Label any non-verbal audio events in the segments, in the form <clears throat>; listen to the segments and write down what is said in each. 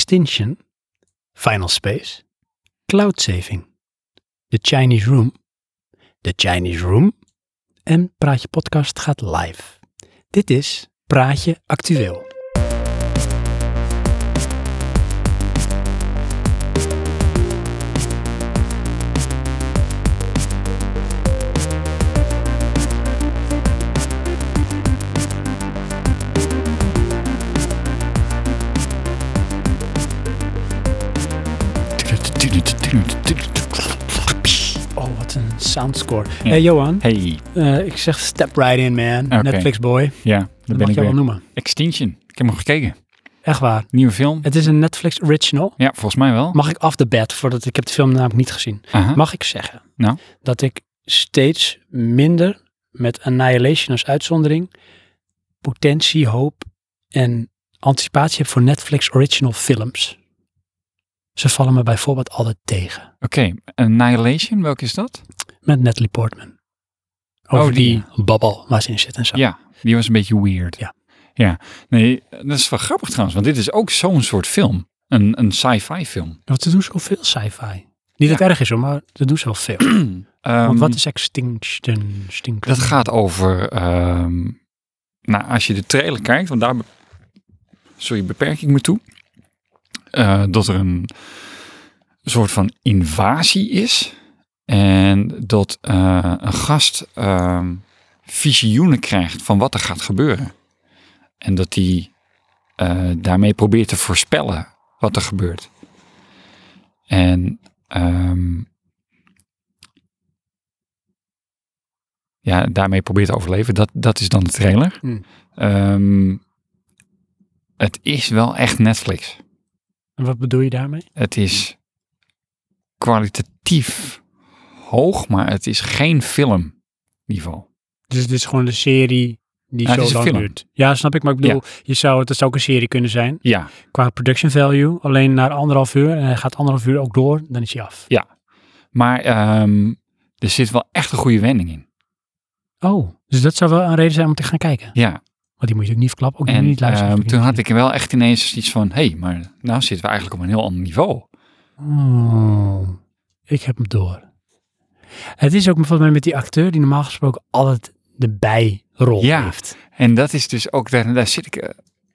Extinction, Final Space, Cloud Saving, The Chinese Room, The Chinese Room en Praatje Podcast gaat live. Dit is Praatje Actueel. Oh, wat een soundscore. Ja. hey, Johan, Hey, eh, ik zeg step right in man, Oké. Netflix boy. ja, daar Dat ben mag je ik wel weer. noemen. Extinction, ik heb hem gekeken. Echt waar. Nieuwe film. Het is een Netflix original. Ja, volgens mij wel. Mag ik af de bed, voordat ik heb de film namelijk niet gezien. Aha. Mag ik zeggen Hm? Nou? dat ik steeds minder met Annihilation als uitzondering potentie, hoop en anticipatie heb voor Netflix original films. Ze vallen me bijvoorbeeld altijd tegen. Oké, Annihilation, welke is dat? Met Natalie Portman. Over Oh, die, die. babbel waar ze in zit en zo. Ja, die was een beetje weird. Ja. Ja, nee, dat is wel grappig trouwens, want dit is ook zo'n soort film. Een, een sci-fi film. Want ze doen zoveel sci-fi. Niet dat Ja. het erg is hoor, maar ze doen zoveel. <clears throat> Ehm, Want wat is Extinction? Extinction? Dat gaat over, ehm, nou, als je de trailer kijkt, want daar, be- sorry, beperk ik me toe, eh, dat er een soort van invasie is en dat eh, een gast ehm, visioenen krijgt van wat er gaat gebeuren. En dat hij daarmee probeert te voorspellen wat er gebeurt. En ehm, ja, daarmee probeert te overleven. Dat, dat is dan de trailer. Hmm. Ehm, het is wel echt Netflix. En wat bedoel je daarmee? Het is kwalitatief hoog, maar het is geen filmniveau. Dus het is gewoon een serie die Ja, het zo is een lang film. duurt. Ja, snap ik. Maar ik bedoel, je zou, het zou ook een serie kunnen zijn. Ja, Qua production value. Alleen na anderhalf uur. En hij gaat anderhalf uur ook door. Dan is hij af. maar ehm, er zit wel echt een goede wending in. Oh, dus dat zou wel een reden zijn om te gaan kijken. Ja, Want die moet je ook niet verklappen. Ook en niet luisteren. ehm, natuurlijk toen niet. had ik wel echt ineens iets van, hé, hey, maar nou zitten we eigenlijk op een heel ander niveau. Oh, ik heb hem door. Het is ook volgens mij met die acteur die normaal gesproken altijd de bijrol Ja, heeft. Het En dat is dus ook, daar, daar zit ik eh,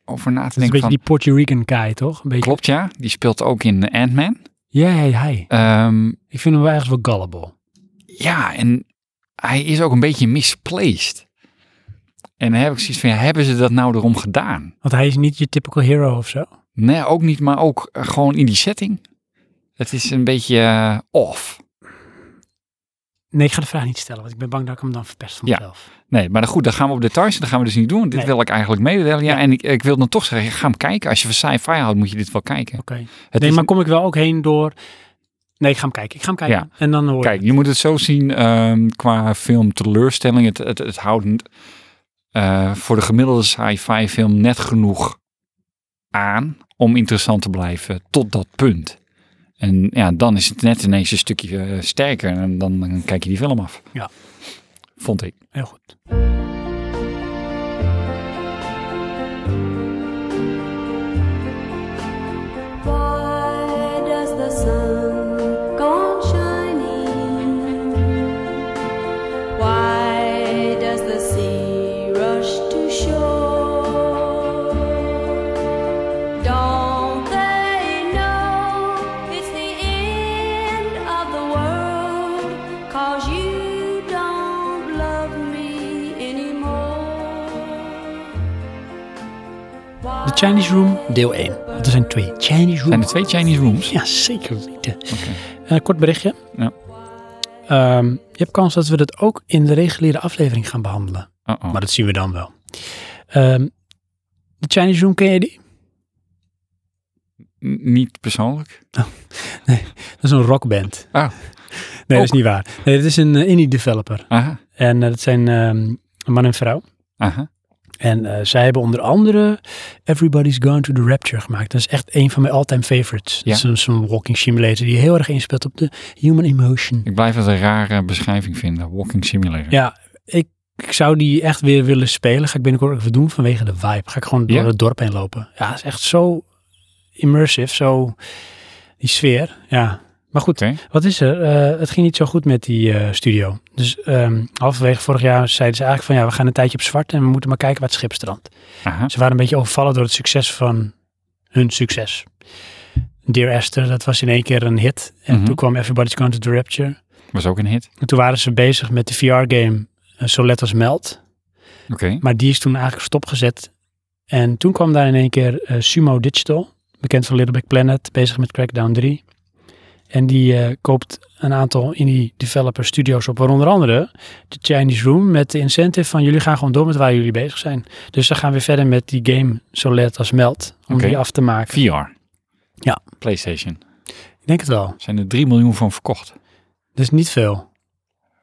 over na te is een beetje denken van, die Puerto Rican guy, toch? Een beetje. klopt ja, die speelt ook in Ant-Man. Ja, hij, hij. Ehm, Ik vind hem wel ergens wel gullible. ja, en hij is ook een beetje misplaced. En dan heb ik zoiets van, ja, hebben ze dat nou erom gedaan? Want hij is niet je typical hero of zo. Nee, ook niet, maar ook eh, gewoon in die setting. Het is een beetje eh, off. Nee, ik ga de vraag niet stellen, want ik ben bang dat ik hem dan verpest van Ja. mezelf. Nee, maar dan goed, dan gaan we op details, dat gaan we dus niet doen. Dit Nee. wil ik eigenlijk mededelen. Ja, en ik, ik wil dan toch zeggen, ga hem kijken. Als je van sci-fi houdt, moet je dit wel kijken. Oké. Het Nee, is maar kom ik wel ook heen door... Nee, ik ga hem kijken. Ik ga hem kijken. Ja. En dan hoor Kijk, je moet het zo zien ehm, qua film teleurstelling. Het, het, het houdt eh, voor de gemiddelde sci-fi film net genoeg aan om interessant te blijven tot dat punt. En ja, dan is het net ineens een stukje eh, sterker en dan, dan kijk je die film af. Ja. Vond ik. je. Heel goed. Why does the sun go on shining? Why does the sea rush to shore? Don't they know it's the end of the world? Cause you don't love me anymore. The Chinese Room, deel 1. Want er zijn twee. Chinese Zijn Room. er twee Chinese rooms? Ja, zeker weten. Eh, kort berichtje. Ja. Ehm, je hebt kans dat we dat ook in de reguliere aflevering gaan behandelen. Uh-oh. Maar dat zien we dan wel. Ehm, de Chinese Room, ken je die? N- Niet persoonlijk. Dat is een rockband. Ah. <laughs> Oh. Nee, dat is niet waar. Nee, dat is een eh, indie developer. Aha, En eh, dat zijn ehm, een man en vrouw. aha. En eh, zij hebben onder andere Everybody's Gone to the Rapture gemaakt. Dat is echt een van mijn all-time favorites. Ja. Dat is een- zo'n walking simulator die heel erg inspeelt op de human emotion. Ik blijf het een rare beschrijving vinden. Walking Simulator. Ja, ik, ik zou die echt weer willen spelen. Ga ik binnenkort ook even doen vanwege de vibe. Ga ik gewoon door Ja? het dorp heen lopen. Ja, het is echt zo immersive, zo die sfeer. Ja. Maar goed, Oké. wat is er? Eh, het ging niet zo goed met die eh, studio. Dus ehm halverwege vorig jaar zeiden ze eigenlijk van ja, we gaan een tijdje op zwart en we moeten maar kijken waar het schip strandt. Aha. Ze waren een beetje overvallen door het succes van hun succes. Dear Esther, dat was in één keer een hit. En Mhm. toen kwam Everybody's Going to the Rapture. Was ook een hit. En toen waren ze bezig met de VR-game eh, So Let Us Melt. Oké. Maar die is toen eigenlijk stopgezet. En toen kwam daar in één keer eh, Sumo Digital, bekend van Little Big Planet, bezig met Crackdown 3. En die eh, koopt een aantal indie developer studios op, waaronder andere de Chinese Room met de incentive van jullie gaan gewoon door met waar jullie bezig zijn. Dus dan gaan we weer verder met die game So Let Us Melt, om Oké. die af te maken. VR. Ja. PlayStation. Ik denk het wel. Zijn er 3 miljoen van verkocht. Dat is niet veel.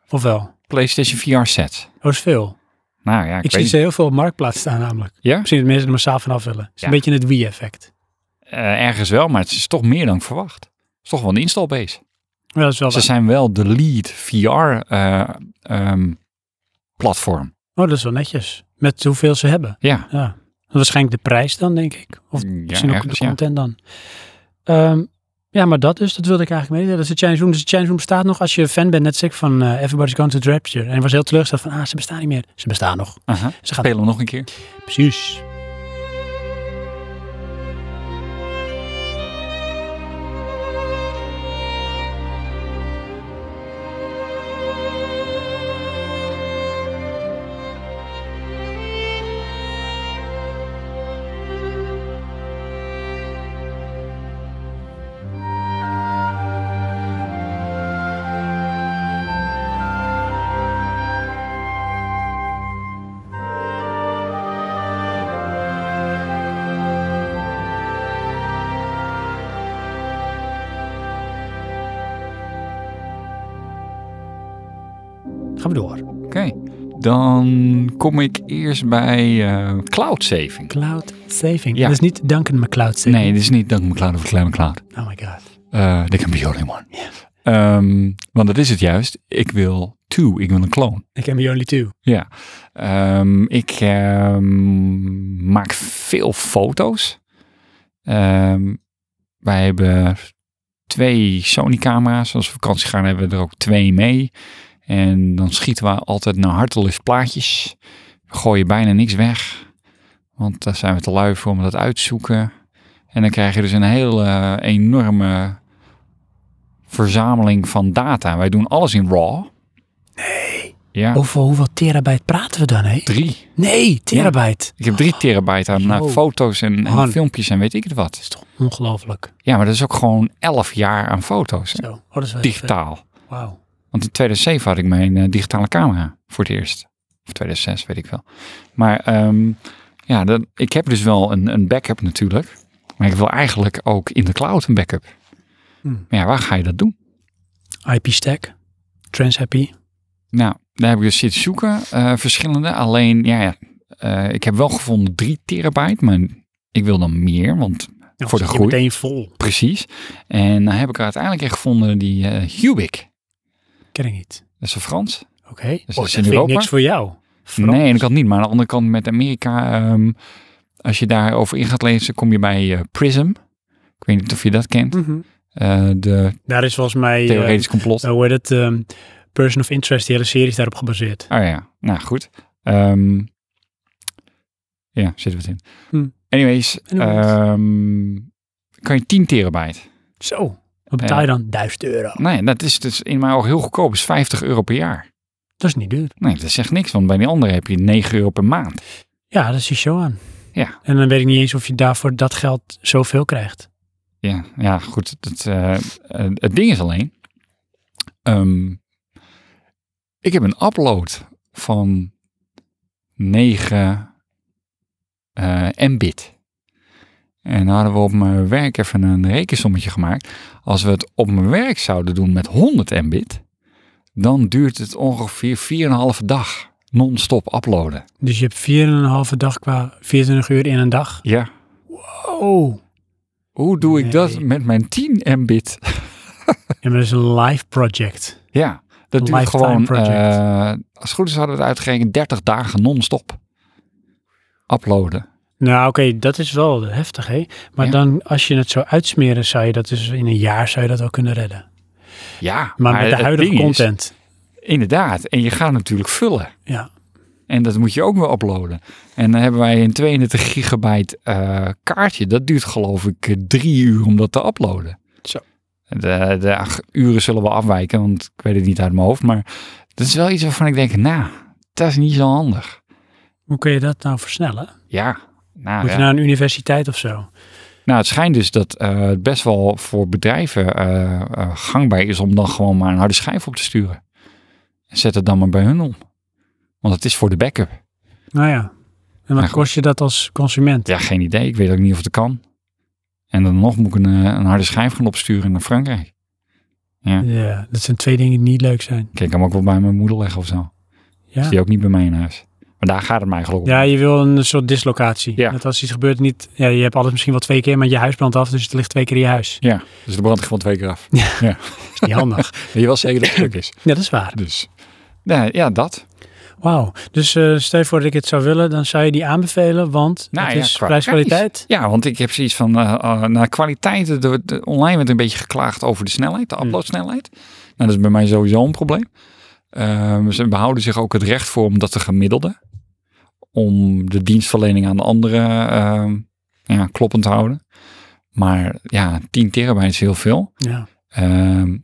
Of wel? PlayStation VR sets. Dat is veel. Nou ja, ik, Ik weet zie niet. ze heel veel op Marktplaats staan namelijk. Ja? Misschien dat mensen er massaal van af willen. Het is een Ja. beetje het Wii-effect. Eh, ergens wel, maar het is toch meer dan ik verwacht. Het is toch wel een installbase. Ja, dat is wel Ze waar. zijn wel de lead VR eh, ehm, platform. Oh, dat is wel netjes. Met hoeveel ze hebben. Ja. Ja. Waarschijnlijk de prijs dan, denk ik. Of misschien ja, ook de ergens, ja. content dan. Ehm, ja, maar dat dus, dat wilde ik eigenlijk mee. Dat is de Chinese Room. Dus de Chinese Room bestaat nog als je fan bent, net als ik, van eh, Everybody's Gone to the Rapture. En ik was heel teleurgesteld van, ah, ze bestaan niet meer. Ze bestaan nog. Aha. Ze gaan... Spelen we nog een keer. Precies. Gaan we door. Oké. Dan kom ik eerst bij eh, cloud saving. Cloud saving. Ja. Dat is niet Duncan McCloud saving. Nee, dit is niet dank McCloud of Cloud McCloud. Oh my god. Eh there can be only one. Ehm, want dat is het juist. Ik wil two. Ik wil een kloon. I can be only two. Ja. Ehm, ik ehm, maak veel foto's. Ehm, wij hebben twee Sony-camera's. Als we op vakantie gaan, hebben we er ook twee mee. En dan schieten we altijd naar hartelust plaatjes. We gooien bijna niks weg. Want daar zijn we te lui voor om dat uit te zoeken. En dan krijg je dus een hele eh, enorme verzameling van data. Wij doen alles in RAW. Nee. Ja, Over hoeveel terabyte praten we dan, hé? drie. Nee, terabyte. Ik heb drie terabyte aan eh, Wow. foto's en, en Man. filmpjes en weet ik het wat. Dat is toch ongelooflijk. Ja, maar dat is ook gewoon elf jaar aan foto's. hè. Zo. Oh, dat is wel Digitaal. Wauw. Want in 2007 had ik mijn eh, digitale camera voor het eerst. Of 2006, weet ik wel. Maar ehm, ja, dat, ik heb dus wel een, een backup natuurlijk. Maar ik wil eigenlijk ook in de cloud een backup. Hmm. Maar ja, waar ga je dat doen? IP stack. TransIP. Nou, daar heb ik dus zitten zoeken. eh, verschillende. Alleen, ja, ja eh, ik heb wel gevonden 3 terabyte. Maar ik wil dan meer, want Nou, Voor de zit je groei. meteen vol. Precies. En dan heb ik er uiteindelijk in gevonden die eh Hubic. Ken ik niet. Dat is een Frans. Oké. Dus dat oh, dat is in vind ik Europa? niks voor jou. Frans. Nee, dat kan niet. Maar aan de andere kant met Amerika, ehm, als je daarover in gaat lezen, kom je bij eh, Prism. Ik weet niet of je dat kent. Mhm. Eh, de Daar is volgens mij... eh, theoretisch complot. eh, hoe heet het? ehm, Person of Interest, die hele serie is daarop gebaseerd. Oh ja, nou goed. Ehm, ja, zit wat in. Hm. Anyways, Anyways. ehm, kan je 10 terabyte. Zo. Wat betaal je dan? 1000 euro. Nee, dat is dus in mijn ogen heel goedkoop. is 50 euro per jaar. Dat is niet duur. Nee, dat zegt niks. Want bij die andere heb je 9 euro per maand. Ja, dat is je show aan. Ja. En dan weet ik niet eens of je daarvoor dat geld zoveel krijgt. Ja, ja goed. Het, eh, eh, het ding is alleen. ehm, ik heb een upload van 9 eh Mbit. En dan hadden we op mijn werk even een rekensommetje gemaakt. Als we het op mijn werk zouden doen met 100 Mbit, dan duurt het ongeveer 4,5 dag non-stop uploaden. Dus je hebt 4,5 dag qua 24 uur in een dag. Ja. Oh. <laughs> Hoe doe ik dat Nee. met mijn 10 Mbit? Ja, maar dat is een live project. Ja, dat duurt Lifetime gewoon, project. eh, als het goed is hadden we het uitgerekend 30 dagen non-stop uploaden. Nou, oké, dat is wel heftig, hè? Maar Ja. dan, als je het zou uitsmeren, zou je dat dus in een jaar zou je dat wel kunnen redden. Ja, Maar, met het de huidige ding is, content. inderdaad. En je gaat natuurlijk vullen. Ja. En dat moet je ook weer uploaden. En dan hebben wij een 32 gigabyte eh, kaartje. Dat duurt geloof ik eh, drie uur om dat te uploaden. Zo. De, de ach- uren zullen wel afwijken, want ik weet het niet uit mijn hoofd. Maar dat is wel iets waarvan ik denk, nou, dat is niet zo handig. Hoe kun je dat nou versnellen? Ja, nou, Moet ja. je naar een universiteit of zo? Nou, het schijnt dus dat eh, het best wel voor bedrijven eh, eh, gangbaar is om dan gewoon maar een harde schijf op te sturen. En zet het dan maar bij hun om. Want het is voor de backup. Nou ja. En Ja, wat goed. kost je dat als consument? Ja, geen idee. Ik weet ook niet of het kan. En dan nog moet ik een, eh, een harde schijf gaan opsturen naar Frankrijk. Ja, dat zijn twee dingen die niet leuk zijn. Kijk, ik kan hem ook wel bij mijn moeder leggen of zo. Is Ja, die ook niet bij mij in huis. Maar daar gaat het mij geloof ik. ja je wil een soort dislocatie. Ja. Dat als iets gebeurt niet... Ja, je hebt alles misschien wel twee keer, maar je huis brandt af, dus het ligt twee keer in je huis. Ja, dus de brand gewoon twee keer af. Dat is niet <laughs> handig. Weet je wel zeker dat het stuk is. ja, dat is waar. Dus, ja, ja dat. Wauw. Dus eh, stel je voor dat ik het zou willen, dan zou je die aanbevelen, want Nou het ja, is qua prijskwaliteit. Ja, want ik heb zoiets van, eh eh, naar kwaliteit, eh, de, de- online werd een beetje geklaagd over de snelheid, de Hmm. uploadsnelheid. Nou, dat is bij mij sowieso een probleem. Ehm, ze behouden zich ook het recht voor om dat te gemiddelde, om de dienstverlening aan de andere ehm, ja, kloppend te houden. Maar ja, 10 terabyte is heel veel. Ja. Ehm,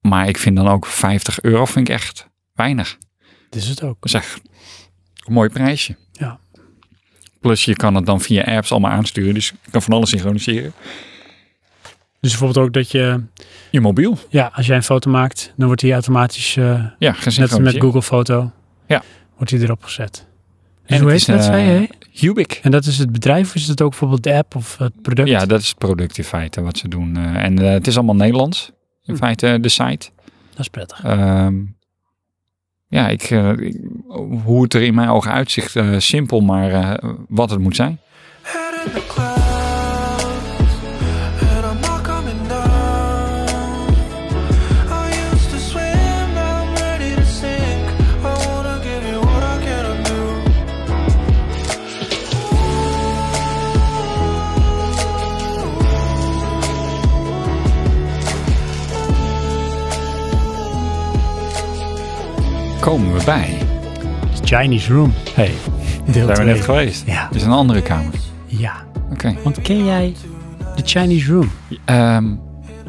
maar ik vind dan ook 50 euro vind ik echt weinig. Dat is het ook. Dat is echt een mooi prijsje. Ja. Plus je kan het dan via apps allemaal aansturen. Dus je kan van alles synchroniseren. Dus bijvoorbeeld ook dat je... Je mobiel. Ja, als jij een foto maakt, dan wordt die automatisch, eh, Ja, net met gesynchroniseerd. Google Foto, Ja. wordt die erop gezet. En En hoe het heet is, dat, zei eh, je? Hubic. En dat is het bedrijf of is dat ook bijvoorbeeld de app of het product? Ja, dat is het product in feite wat ze doen. Eh, en eh, het is allemaal Nederlands. In Hm. feite de site. Dat is prettig. Ehm, ja, ik, eh, ik- hoe het er in mijn ogen uitziet, eh, simpel, maar eh, wat het moet zijn. Head in the clouds, and I'm not coming down. I used to swim, now I'm ready to sink. I wanna give you what I can do. Komen we bij. Chinese Room. Hey, <laughs> Deel zijn we twee. net geweest? Ja. Dit is een andere kamer. Ja. Oké. Want ken jij de Chinese Room? Ehm,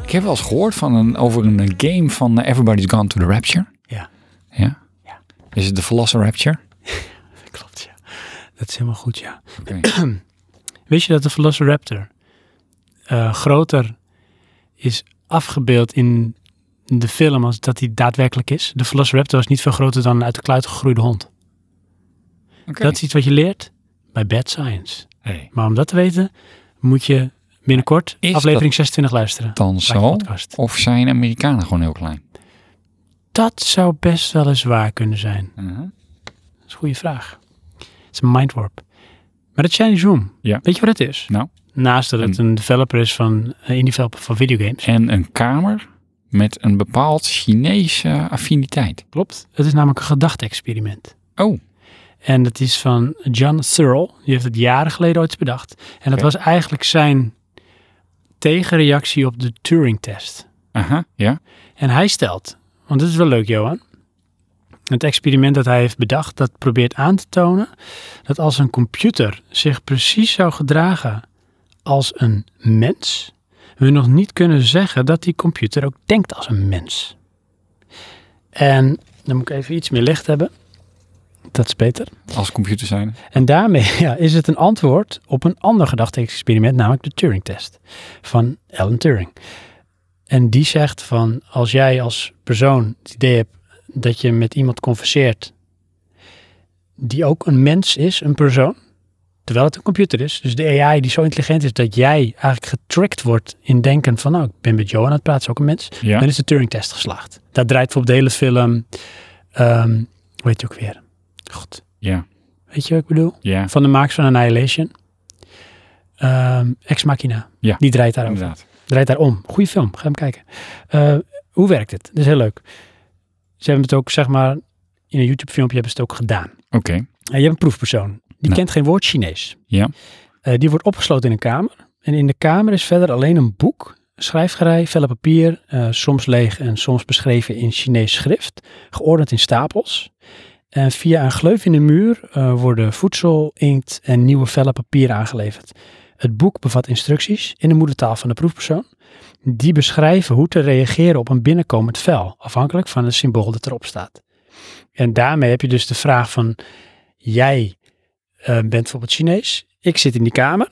ik heb wel eens gehoord van een, over een eh, game van eh, Everybody's Gone to the Rapture. Ja. Ja? Ja. Is het de Velocirapture? Dat klopt, ja. Dat is helemaal goed, ja. <clears throat> Oké. Wist je dat de Velociraptor eh, groter is afgebeeld in de film als dat hij daadwerkelijk is? De Velociraptor was niet veel groter dan een uit de kluit gegroeide hond. Oké. Dat is iets wat je leert bij Bad Science. Hey. Maar om dat te weten, moet je binnenkort Is aflevering 26 luisteren. Dan Like zo? podcast. Of zijn Amerikanen gewoon heel klein? Dat zou best wel eens waar kunnen zijn. Dat is een goede vraag. Het is een mindwarp. Maar dat Chinese Room, Ja. weet je wat het is? Nou? Naast dat het een developer is van eh, indie developer van videogames. En een kamer met een bepaald Chinese affiniteit. Klopt. Het is namelijk een gedachte-experiment. Oh. En dat is van John Searle. Die heeft het jaren geleden ooit bedacht. En dat Oké. was eigenlijk zijn tegenreactie op de Turing-test. Aha, ja. En hij stelt, want dit is wel leuk Johan, het experiment dat hij heeft bedacht, dat probeert aan te tonen dat als een computer zich precies zou gedragen als een mens, we nog niet kunnen zeggen dat die computer ook denkt als een mens. En dan moet ik even iets meer licht hebben. Dat is beter. Als computer zijn. En daarmee <laughs> ja, is het een antwoord op een ander gedachte-experiment, namelijk de Turing-test van Alan Turing. En die zegt van, als jij als persoon het idee hebt dat je met iemand converseert die ook een mens is, een persoon, terwijl het een computer is, dus de AI die zo intelligent is dat jij eigenlijk getricked wordt in denken van, nou, ik ben met Johan aan het praten, is ook een mens, Ja. dan is de Turing-test geslaagd. Daar draait voor op de hele film, ehm hoe heet je ook weer? God, Ja, weet je wat ik bedoel? ja, van de makers van Annihilation. Ehm, Ex Machina. Ja. Die draait daarover. inderdaad. Draait daarom. Goeie film. Ga hem kijken. Eh, hoe werkt het? Dat is heel leuk. Ze hebben het ook, zeg maar, in een YouTube filmpje hebben ze het ook gedaan. Oké. En je Eh, hebt een proefpersoon. Die Nee. kent geen woord Chinees. Ja. Eh, die wordt opgesloten in een kamer. En in de kamer is verder alleen een boek, schrijfgerei, vellen papier, eh, soms leeg en soms beschreven in Chinees schrift, geordend in stapels. En via een gleuf in de muur eh, worden voedsel, inkt en nieuwe vellen papier aangeleverd. Het boek bevat instructies in de moedertaal van de proefpersoon. Die beschrijven hoe te reageren op een binnenkomend vel, afhankelijk van het symbool dat erop staat. En daarmee heb je dus de vraag van, jij eh, bent bijvoorbeeld Chinees. Ik zit in die kamer.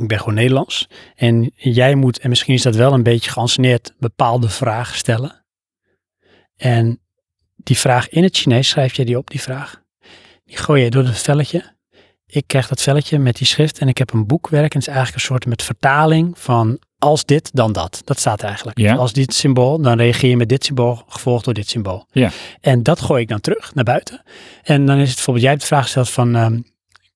Ik ben gewoon Nederlands. En jij moet, en misschien is dat wel een beetje geanceneerd, bepaalde vragen stellen. En die vraag in het Chinees schrijf je die op, die vraag. Die gooi je door dat velletje. Ik krijg dat velletje met die schrift en ik heb een boekwerk. En het is eigenlijk een soort met vertaling van als dit, dan dat. Dat staat er eigenlijk. Ja. Dus als dit symbool, dan reageer je met dit symbool, gevolgd door dit symbool. Ja. En dat gooi ik dan terug naar buiten. En dan is het bijvoorbeeld, jij hebt de vraag gesteld van, ehm,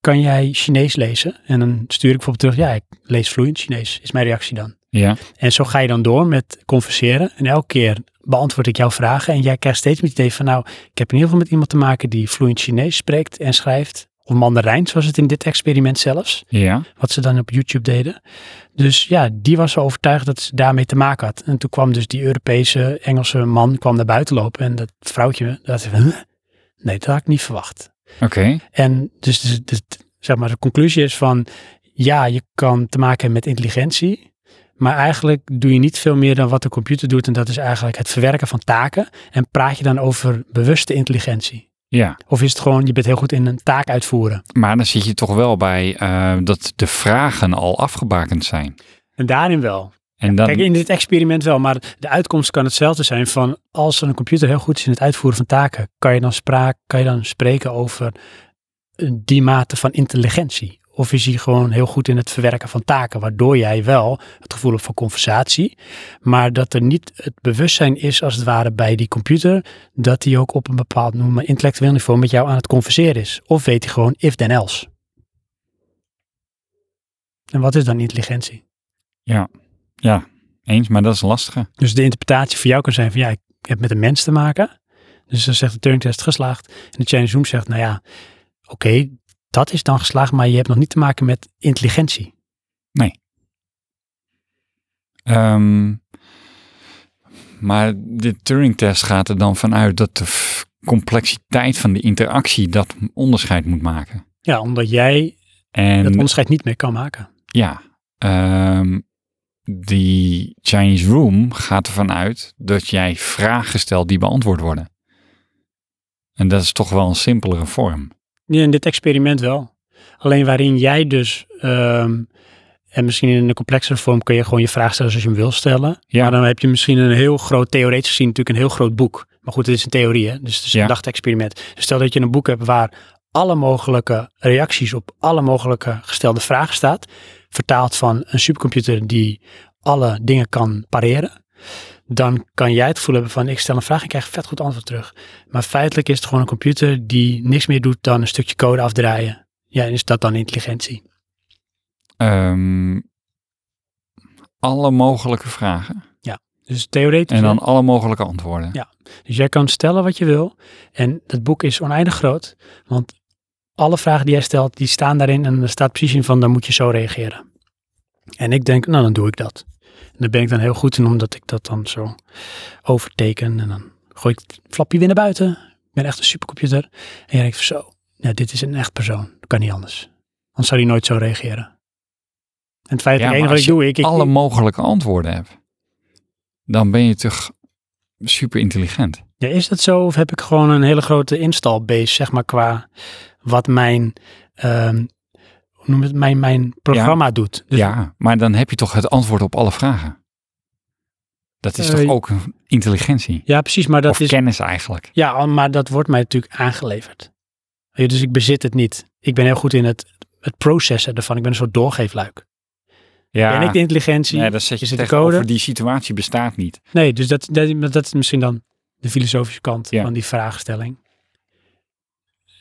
kan jij Chinees lezen? En dan stuur ik bijvoorbeeld terug, ja, ik lees vloeiend Chinees, is mijn reactie dan. Ja. En zo ga je dan door met converseren. En elke keer beantwoord ik jouw vragen. En jij krijgt steeds meer het idee van, nou, ik heb in ieder geval met iemand te maken die vloeiend Chinees spreekt en schrijft. Of Mandarijn, zoals het in dit experiment zelfs Ja. wat ze dan op YouTube deden. Dus ja, die was zo overtuigd dat ze daarmee te maken had. En toen kwam dus die Europese Engelse man kwam naar buiten lopen en dat vrouwtje, dat zei van, "Huh? nee, dat had ik niet verwacht. Oké. En dus, dus, dus, zeg maar, de conclusie is van, ja, je kan te maken hebben met intelligentie, maar eigenlijk doe je niet veel meer dan wat de computer doet en dat is eigenlijk het verwerken van taken. En praat je dan over bewuste intelligentie? Ja. Of is het gewoon, je bent heel goed in een taak uitvoeren? Maar dan zit je toch wel bij eh, dat de vragen al afgebakend zijn. En daarin wel. En dan, Kijk, in dit experiment wel, maar de uitkomst kan hetzelfde zijn van als een computer heel goed is in het uitvoeren van taken, kan je dan, spraak, kan je dan spreken over eh, die mate van intelligentie? Of is hij gewoon heel goed in het verwerken van taken, waardoor jij wel het gevoel hebt van conversatie, maar dat er niet het bewustzijn is als het ware bij die computer, dat hij ook op een bepaald noem maar, intellectueel niveau met jou aan het converseren is. Of weet hij gewoon if then else. En wat is dan intelligentie? eens, maar dat is lastig. Dus de interpretatie voor jou kan zijn van ja, ik heb met een mens te maken. Dus dan zegt de Turing-test geslaagd. En de Chinese Zoom zegt, nou ja, oké, dat is dan geslaagd, maar je hebt nog niet te maken met intelligentie. Ehm, maar de Turing-test gaat er dan vanuit dat de f- complexiteit van de interactie dat onderscheid moet maken. Ja, omdat jij En dat onderscheid niet meer kan maken. ja, ehm, die Chinese Room gaat ervan uit dat jij vragen stelt die beantwoord worden. En dat is toch wel een simpelere vorm. Ja, in dit experiment wel. Alleen waarin jij dus, ehm, en misschien in een complexere vorm kun je gewoon je vraag stellen zoals je hem wil stellen. Ja. Maar dan heb je misschien een heel groot, theoretisch gezien natuurlijk een heel groot boek. Maar goed, het is een theorie hè, dus het is Ja. een dachtexperiment. Dus stel dat je een boek hebt waar alle mogelijke reacties op alle mogelijke gestelde vragen staat. Vertaald van een supercomputer die alle dingen kan pareren. Dan kan jij het gevoel hebben van ik stel een vraag en ik krijg een vet goed antwoord terug. Maar feitelijk is het gewoon een computer die niks meer doet dan een stukje code afdraaien. Ja, en is dat dan intelligentie? Ehm, alle mogelijke vragen Dus theoretisch. en dan hè? alle mogelijke antwoorden. Ja. Dus jij kan stellen wat je wil. En dat boek is oneindig groot. Want alle vragen die jij stelt, die staan daarin. En er staat precies in van, dan moet je zo reageren. En ik denk, nou dan doe ik dat. En daar ben ik dan heel goed in, omdat ik dat dan zo overteken. En dan gooi ik het flapje weer naar buiten. Ik ben echt een supercomputer. En je denkt, van, zo, nou, dit is een echt persoon. Dat kan niet anders. Anders zou hij nooit zo reageren. En het feit Ja, dat ik enige maar wat als ik je doe, ik, ik, alle mogelijke antwoorden hebt, dan ben je toch super intelligent. Ja, is dat zo? Of heb ik gewoon een hele grote installbase, zeg maar, qua wat mijn, ehm, hoe noem je het, mijn, mijn programma doet? Dus- ja, maar dan heb je toch het antwoord op alle vragen. Dat is Eh, toch ook een intelligentie? ja, precies. Maar dat of is, kennis eigenlijk. ja, al- maar dat wordt mij natuurlijk aangeleverd. Ja, dus ik bezit het niet. Ik ben heel goed in het, het processen ervan. Ik ben een soort doorgeefluik. Ja, Ben ik de intelligentie? nee, dat zet je is het de tegenover, code? die situatie bestaat niet. Nee, dus dat, dat, dat is misschien dan de filosofische kant Ja. van die vraagstelling.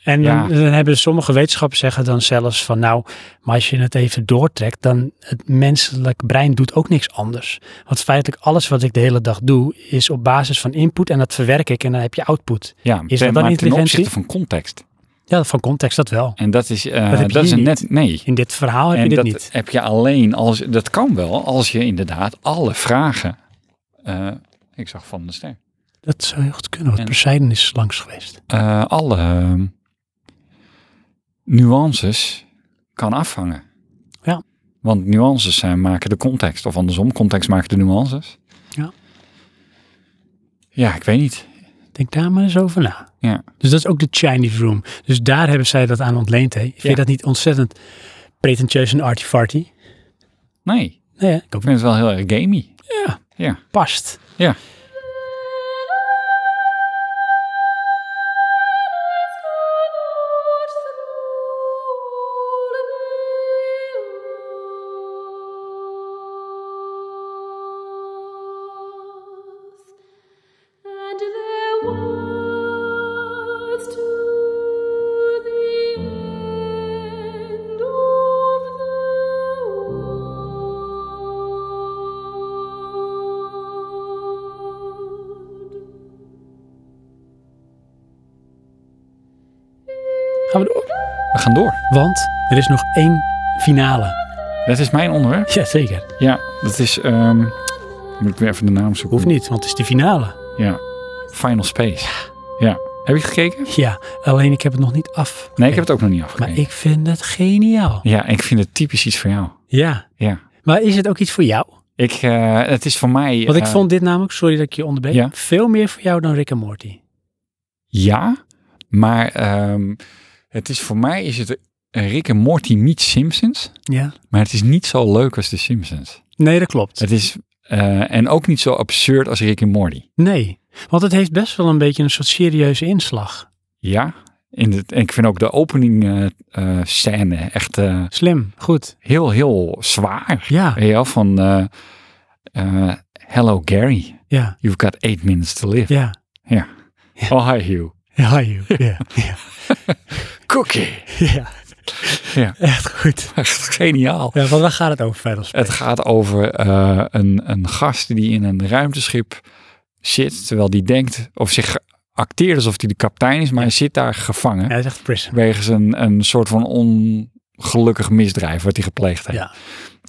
En dan- Ja. dan, hebben sommige wetenschappers zeggen dan zelfs van nou, maar als je het even doortrekt, dan het menselijk brein doet ook niks anders. Want feitelijk alles wat ik de hele dag doe, is op basis van input en dat verwerk ik en dan heb je output. Ja, Is ten- dat dan maar ten intelligentie? opzichte van context. Ja, van context, dat wel. En dat is, eh, Dat heb dat je is hier een niet. net, nee. In dit verhaal heb en je dit dat niet. heb je alleen als, dat kan wel als je inderdaad alle vragen, eh, ik zag van de ster, Dat zou heel goed kunnen, want En- Poseidon is langs geweest. eh, alle eh, nuances kan afhangen. Ja. Want nuances zijn, maken de context, of andersom, context maken de nuances. Ja. Ja, ik weet niet. Denk daar maar eens over na. Ja. Dus dat is ook de Chinese Room. Dus daar hebben zij dat aan ontleend. Hè. Vind Ja. je dat niet ontzettend pretentieus en arty-farty? Nee, Nee, hè? ik ook ik vind het wel heel erg gamey. Ja, Ja. past. Ja. And there was to the end of the world. Gaan we door. We gaan door. Want er is nog één finale. Dat is mijn onderwerp. Jazeker. Ja, dat is, ehm, moet ik weer even de naam zoeken. Hoeft niet, want het is de finale. Ja. Final Space. Ja. Heb je gekeken? Ja, alleen ik heb het nog niet af. Nee, ik heb het ook nog niet afgekeken. Maar ik vind het geniaal. Ja, ik vind het typisch iets voor jou. Ja. Ja. Maar is het ook iets voor jou? Ik, eh, het is voor mij... Want ik eh, vond dit namelijk, sorry dat ik je onderbreek, Ja. veel meer voor jou dan Rick en Morty. Ja, maar ehm, het is voor mij is het Rick en Morty meet Simpsons. Ja. Maar het is niet zo leuk als de Simpsons. Nee, dat klopt. Het is... eh, en ook niet zo absurd als Rick en Morty. Nee, want het heeft best wel een beetje een soort serieuze inslag. Ja. In de, en ik vind ook de opening eh, eh, scène echt eh, Slim, goed. heel, heel zwaar. Ja, Weet je wel, van... eh, eh, Hello Gary. ja, You've got eight minutes to live. ja. Oh, hi Hugh. Ja, you. Ja, ja, Cookie. <laughs> ja. Ja. Echt goed. <laughs> Geniaal. Ja, want waar gaat het over verder? Het gaat over eh, een, een gast die in een ruimteschip zit, terwijl die denkt, of zich acteert alsof hij de kapitein is, maar hij zit daar gevangen. Hij zegt prison. Wegens een, een soort van ongelukkig misdrijf wat hij gepleegd heeft. Ja.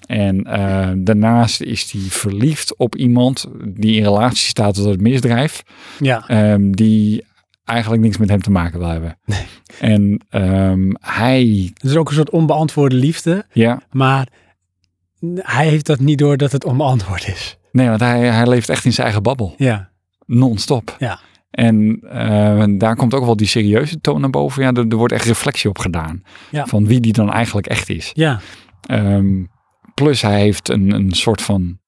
En eh, daarnaast is hij verliefd op iemand die in relatie staat tot het misdrijf. Ja, ehm, die eigenlijk niks met hem te maken wil hebben. En ehm, hij, het is ook een soort onbeantwoorde liefde, ja, maar hij heeft dat niet door dat het onbeantwoord is. nee, want hij, hij leeft echt in zijn eigen babbel, Ja, non-stop. ja, En eh, daar komt ook wel die serieuze toon naar boven. Ja, er, er wordt echt reflectie op gedaan Ja. van wie die dan eigenlijk echt is. ja, Ehm, plus hij heeft een, een soort van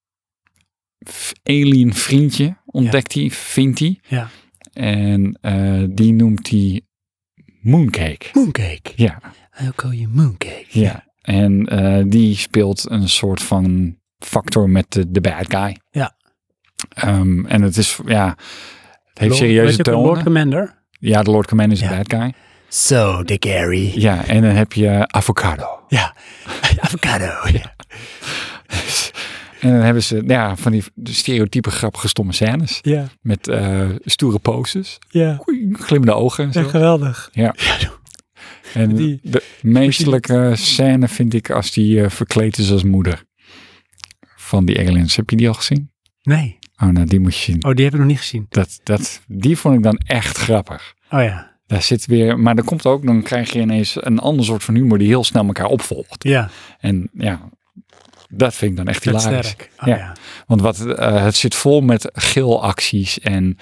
f- alien vriendje, ontdekt hij, vindt hij. ja. En eh, die noemt hij Mooncake. Mooncake. Ja, I'll call you mooncake. Ja. En eh, die speelt een soort van factor met de, de bad guy. Ja. Ehm, en het is, ja, het Lord- heeft weet serieuze je ook een Lord tonen. Commander. Ja, de Lord Command is de Ja. bad guy. So, de Gary. Ja, en dan heb je eh, Avocado. Ja. <laughs> Avocado. Ja. En dan hebben ze nou ja, van die stereotype grappige stomme scènes. Ja, Met eh, stoere poses, ja. glimmende ogen en zo. geweldig. Ja. En die- de meestelijke scène vind ik als die eh, verkleed is als moeder. Van die aliens. Heb je die al gezien? Nee. Oh, nou die moet je zien. Oh, die heb ik nog niet gezien. Dat, dat, die vond ik dan echt grappig. Oh ja. Daar zit weer, maar dat komt ook, dan krijg je ineens een ander soort van humor die heel snel elkaar opvolgt. Ja, En ja, dat vind ik dan echt dat hilarisch. sterk. Oh, Ja. ja. Want wat, eh, het zit vol met geelacties en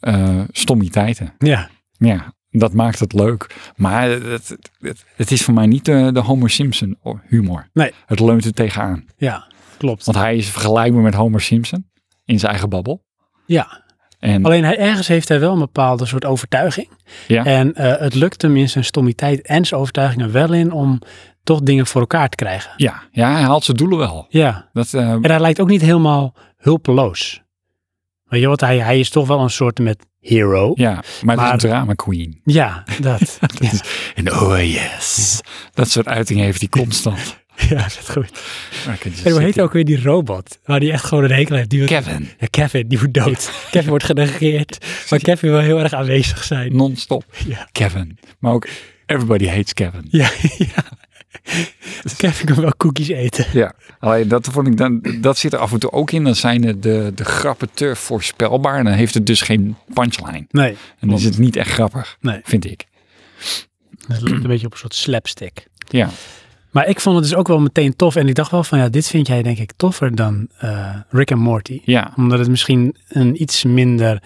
eh stommiteiten. ja. Ja, dat maakt het leuk. Maar het, het, het, het is voor mij niet de, de Homer Simpson humor. Nee. Het leunt er tegenaan. Ja, klopt. Want hij is vergelijkbaar met Homer Simpson in zijn eigen babbel. Ja. En Alleen hij, ergens heeft hij wel een bepaalde soort overtuiging. Ja. En eh, het lukt hem in zijn stommiteit en zijn overtuigingen wel in om toch dingen voor elkaar te krijgen. ja, ja, hij haalt zijn doelen wel. Ja. Dat, eh, En hij lijkt ook niet helemaal hulpeloos. Weet je wat, hij, hij is toch wel een soort met hero. Ja, maar, het Maar- is een drama queen. <laughs> Ja, dat. Dat is, en oh yes. Dat soort uitingen heeft hij constant. <laughs> ja, dat is goed. Maar dan En hoe zit heet hij- ook weer die robot? Waar die echt gewoon een hekel heeft. Die wil- Kevin, Ja, Kevin, die moet dood. <laughs> Kevin wordt genegeerd. Maar Kevin wil heel erg aanwezig zijn. non-stop. Ja. Kevin. Maar ook Everybody hates Kevin. Ja, <laughs> ja. Kevin kan wel koekjes eten. Ja, alleen dat, vond ik dan, dat zit er af en toe ook in. Dan zijn de, de, de grappen te voorspelbaar. En dan heeft het dus geen punchline. Nee, En dan is het niet echt grappig, nee. vind ik. Dus Het <clears throat> lijkt een beetje op een soort slapstick. Ja, Maar ik vond het dus ook wel meteen tof. En ik dacht wel van, ja, dit vind jij denk ik toffer dan eh, Rick en Morty. ja. Omdat het misschien een iets minder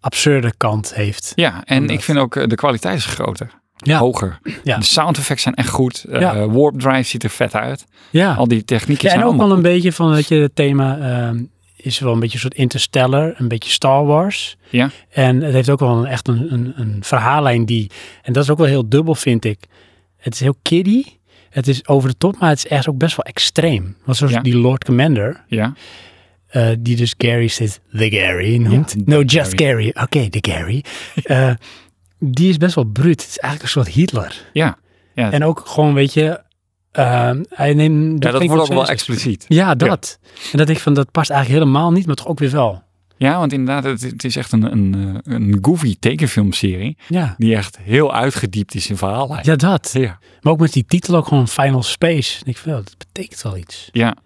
absurde kant heeft. ja. en Omdat- ik vind ook eh, de kwaliteit is groter, Ja, hoger. Ja. De sound effects zijn echt goed. Eh, Ja. Warp drive ziet er vet uit. ja. Al die technieken ja zijn en ook allemaal wel een beetje van, dat je, het thema ehm, is wel een beetje een soort Interstellar, een beetje Star Wars. Ja. En het heeft ook wel een, echt een, een, een verhaallijn die, en dat is ook wel heel dubbel vind ik. Het is heel kiddie, het is over de top, maar het is echt ook best wel extreem. Want zoals Ja. die Lord Commander, Ja, eh, die dus Gary zit, The Gary noemt. Ja, no, The just Gary. Oké, The Gary. Eh, die is best wel bruut. Het is eigenlijk een soort Hitler. ja. Ja. En ook gewoon, weet je, ehm, hij neemt... ja, dat klinkt wordt ook wel serieus. expliciet. Ja, dat. En dat denk ik van, dat past eigenlijk helemaal niet, maar toch ook weer wel. Ja, want inderdaad, het, het is echt een, een, eh, een goofy tekenfilmserie. Ja, Die echt heel uitgediept is in verhaallijn. ja dat. Ja. Maar ook met die titel ook gewoon Final Space. En ik vind, dat betekent wel iets. ja.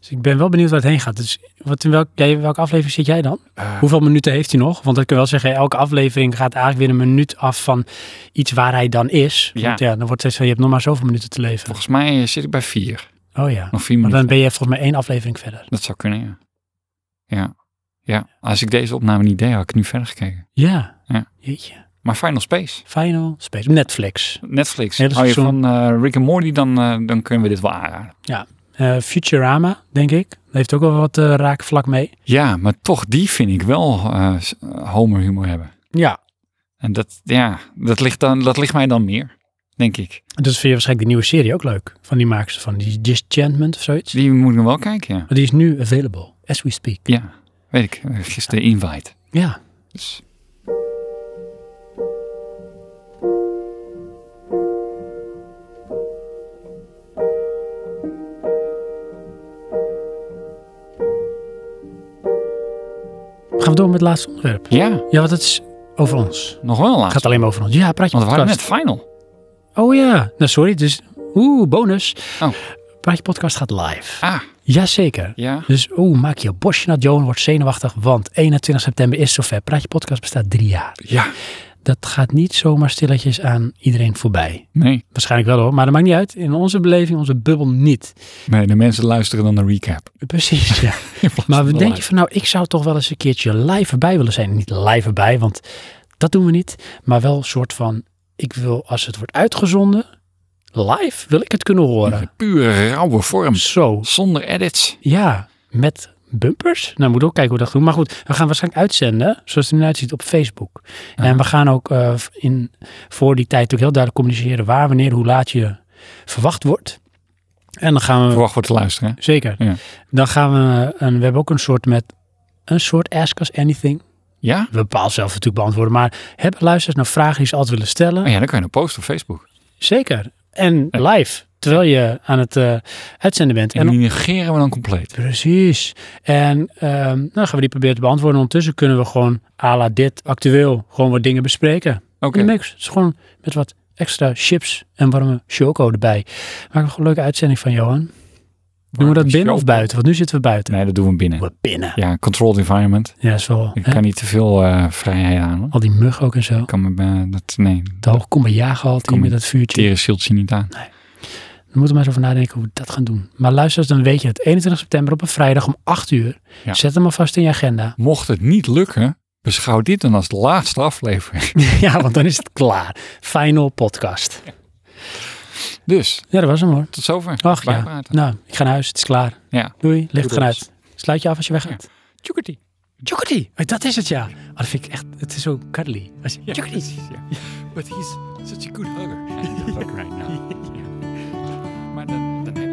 Dus ik ben wel benieuwd waar het heen gaat. Dus wat, in welk, jij, welke aflevering zit jij dan? Eh, Hoeveel minuten heeft hij nog? Want ik kan wel zeggen, elke aflevering gaat eigenlijk weer een minuut af van iets waar hij dan is. Ja. Want ja, dan wordt het van, je hebt nog maar zoveel minuten te leven. volgens mij eh, zit ik bij vier. Oh ja. Nog vier Maar minuten. dan ben je volgens mij één aflevering verder. Dat zou kunnen, ja. ja. Ja, als ik deze opname niet deed, had ik nu verder gekeken. Ja. Ja. Jeetje. Maar Final Space, Final Space. Netflix. Netflix. Hele Hou je seizoen. van eh, Rick en Morty, dan, eh, dan kunnen we dit wel aanraden. Eh, Futurama, denk ik. Daar heeft ook wel wat eh, raakvlak mee. Ja, maar toch, die vind ik wel eh, s- Homer humor hebben. Ja. En dat, ja, dat ligt, dan, dat ligt mij dan meer, denk ik. Dus vind je waarschijnlijk die nieuwe serie ook leuk. Van die makers van die Disenchantment of zoiets. Die moet ik nog wel kijken, ja. Maar die is nu available. As we speak. Ja, weet ik. Eh, Gisteren invite. Ja. Dus, Gaan we door met het laatste onderwerp. ja, Ja, want het is over ons. nog wel Het laat. gaat alleen maar over ons. Ja, praatje Want we waren podcast. net final. Oh ja, nou sorry, dus oeh, bonus. Oh. Praatje podcast gaat live. Ah, Jazeker. ja. Dus oeh, maak je bosje nat, Johan wordt zenuwachtig, want 21 september is zover. Praatje podcast bestaat drie jaar. Ja. Dat gaat niet zomaar stilletjes aan iedereen voorbij. Nee. Waarschijnlijk wel hoor, maar dat maakt niet uit. In onze beleving, onze bubbel niet. nee, de mensen luisteren dan de recap. Precies, ja. Maar we denken van nou, ik zou toch wel eens een keertje live erbij willen zijn. Niet live erbij, want dat doen we niet. Maar wel een soort van, ik wil als het wordt uitgezonden, live wil ik het kunnen horen. Pure, rauwe vorm. Zo, Zonder edits. ja, met bumpers. Nou, moet ook kijken hoe we dat doen. Maar goed, we gaan waarschijnlijk uitzenden, zoals het er nu uitziet, op Facebook. En we gaan ook eh, in, voor die tijd ook heel duidelijk communiceren waar, wanneer, hoe laat je verwacht wordt. En dan gaan we... Verwacht wordt te luisteren. hè? Zeker. Ja. Dan gaan we, een, we hebben ook een soort met, een soort Ask Us Anything. Ja? We bepaald zelf natuurlijk beantwoorden, maar hebben luisteraars naar vragen die ze altijd willen stellen? Oh ja, dan kan je een post op Facebook. Zeker. En live, terwijl je aan het eh, uitzenden bent. En En die negeren we dan compleet. Precies. En ehm nou gaan we die proberen te beantwoorden. Ondertussen kunnen we gewoon à la dit actueel gewoon wat dingen bespreken. Oké. In de mix. Het is gewoon met wat extra chips en warme choco erbij. Maken we gewoon een leuke uitzending van, Johan. Doen we dat binnen of buiten? Want nu zitten we buiten. Nee, dat doen we binnen. Doen We binnen. Ja, controlled environment. Ja, is wel... Ik hè? kan niet te veel eh, vrijheid aan. hoor. Al die muggen ook en zo. Ik kan me, eh, dat, nee, Het hoog kom bij jagen altijd Kom- met dat vuurtje. tere shield zie niet aan. We moeten maar eens over nadenken hoe we dat gaan doen. Maar luister, dan weet je het. 21 september op een vrijdag om 8 uur. Ja. Zet hem alvast in je agenda. Mocht het niet lukken, beschouw dit dan als de laatste aflevering. <laughs> <laughs> ja, want dan is het klaar. Final podcast. dus, Ja, dat was hem hoor. tot zover. Ach ja. Bijpraten. Nou, ik ga naar huis. Het is klaar. Ja. Doei. Licht Doei, gaan doei. uit. Sluit je af als je weggaat. Tjoekertie. Chocolatey. Oh, Dat is het ja. Oh, dat vind ik echt... Het is zo cuddly. Als je... Ja, Chocolatey. precies, <laughs> ja. <laughs> But he's such a good hugger. Hij is een hugger right now. Ja. Maar dan, dan heb je-